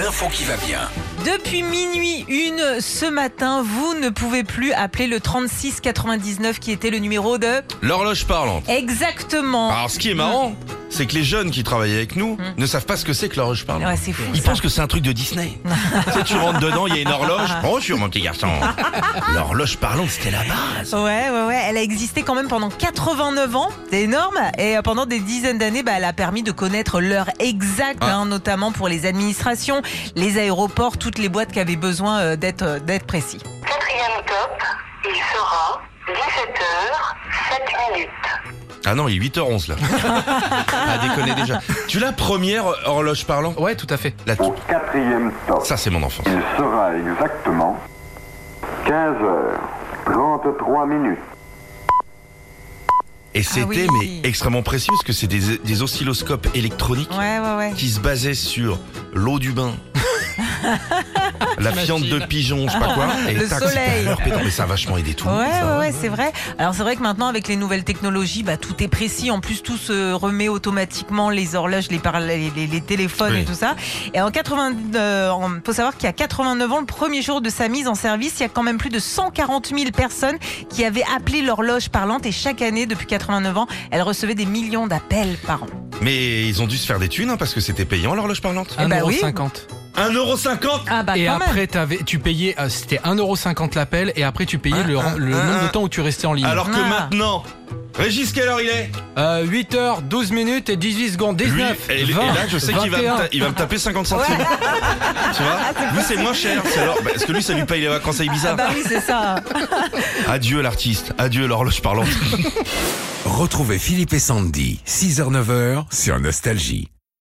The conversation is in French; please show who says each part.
Speaker 1: L'info qui va bien.
Speaker 2: Depuis minuit une ce matin, vous ne pouvez plus appeler le 3699 qui était le numéro de
Speaker 3: L'horloge parlante.
Speaker 2: exactement.
Speaker 3: Alors ce qui est
Speaker 2: Mm.
Speaker 3: marrant, c'est que les jeunes qui travaillent avec nous ne savent pas ce que c'est que l'horloge parlante.
Speaker 2: Ouais, c'est fou.
Speaker 3: Ils
Speaker 2: ça.
Speaker 3: pensent que c'est un truc de Disney. tu sais, tu rentres dedans, il y a une horloge. Bonjour mon petit garçon. L'horloge parlante, c'était la base.
Speaker 2: Ouais, ouais, ouais. Elle a existé quand même pendant 89 ans. C'est énorme. Et euh, pendant des dizaines d'années, bah, elle a permis de connaître l'heure exacte,
Speaker 3: Ah.
Speaker 2: hein, notamment pour les administrations, les aéroports, toutes les boîtes qui avaient besoin euh, d'être euh, d'être précis.
Speaker 4: Quatrième top, il sera 17h, 7 minutes.
Speaker 3: Ah non, il est 8h11 là. ah déconner déjà. Tu la première horloge parlante
Speaker 5: Ouais, tout à fait.
Speaker 3: La
Speaker 6: Au quatrième top,
Speaker 3: Ça c'est mon enfance.
Speaker 6: il sera exactement 15h33 minutes.
Speaker 3: Et c'était
Speaker 2: Ah oui.
Speaker 3: mais extrêmement précis parce que c'est des, des oscilloscopes électroniques
Speaker 2: Ouais, ouais, ouais.
Speaker 3: qui se basaient sur l'eau du bain. La
Speaker 5: T'imagines.
Speaker 3: fiente de pigeon, je sais pas quoi. Et
Speaker 2: Le
Speaker 3: tac, c'était
Speaker 2: soleil.
Speaker 3: l'heure pétante. Mais ça a vachement aidé tout. le
Speaker 2: Ouais,
Speaker 3: monde, ça.
Speaker 2: ouais, ouais, c'est vrai. Alors c'est vrai que maintenant avec les nouvelles technologies, bah, tout est précis. En plus, tout se remet automatiquement, les horloges, les, parla- les, les- les téléphones
Speaker 3: Oui.
Speaker 2: et tout ça. Et en 80, euh, en- faut savoir qu'il y a 89 ans, le premier jour de sa mise en service, il y a quand même plus de 140 000 personnes qui avaient appelé l'horloge parlante. Et chaque année, depuis 89 ans, elle recevait des millions d'appels par an.
Speaker 3: Mais ils ont dû se faire des thunes hein, parce que c'était payant l'horloge parlante.
Speaker 2: bah
Speaker 5: 1,50€.
Speaker 3: 1,50€
Speaker 2: Ah bah
Speaker 5: et
Speaker 2: quand même.
Speaker 5: après, t'avais- tu payais, euh, c'était 1,50€ l'appel, et après, tu payais le, le
Speaker 3: ah,
Speaker 5: nombre
Speaker 3: ah.
Speaker 5: de temps où tu restais en ligne. Euh,
Speaker 3: Alors que
Speaker 2: Ah.
Speaker 3: maintenant, Régis, quelle heure il est
Speaker 5: 8h, 12 minutes et 18 secondes,
Speaker 3: Lui,
Speaker 5: 19,
Speaker 3: et, et
Speaker 5: 20,
Speaker 3: là, je sais qu'il va, me
Speaker 5: 21.
Speaker 3: ta- il va me taper 50 centimes. tu vois Lui, c'est moins cher. c'est alors- bah, parce que lui, ça lui paye les vacances à
Speaker 2: Ah
Speaker 3: Ibiza.
Speaker 2: bah oui, c'est ça.
Speaker 3: Adieu l'artiste, adieu l'horloge parlante.
Speaker 1: Retrouvez Philippe et Sandy, 6h-9h sur Nostalgie.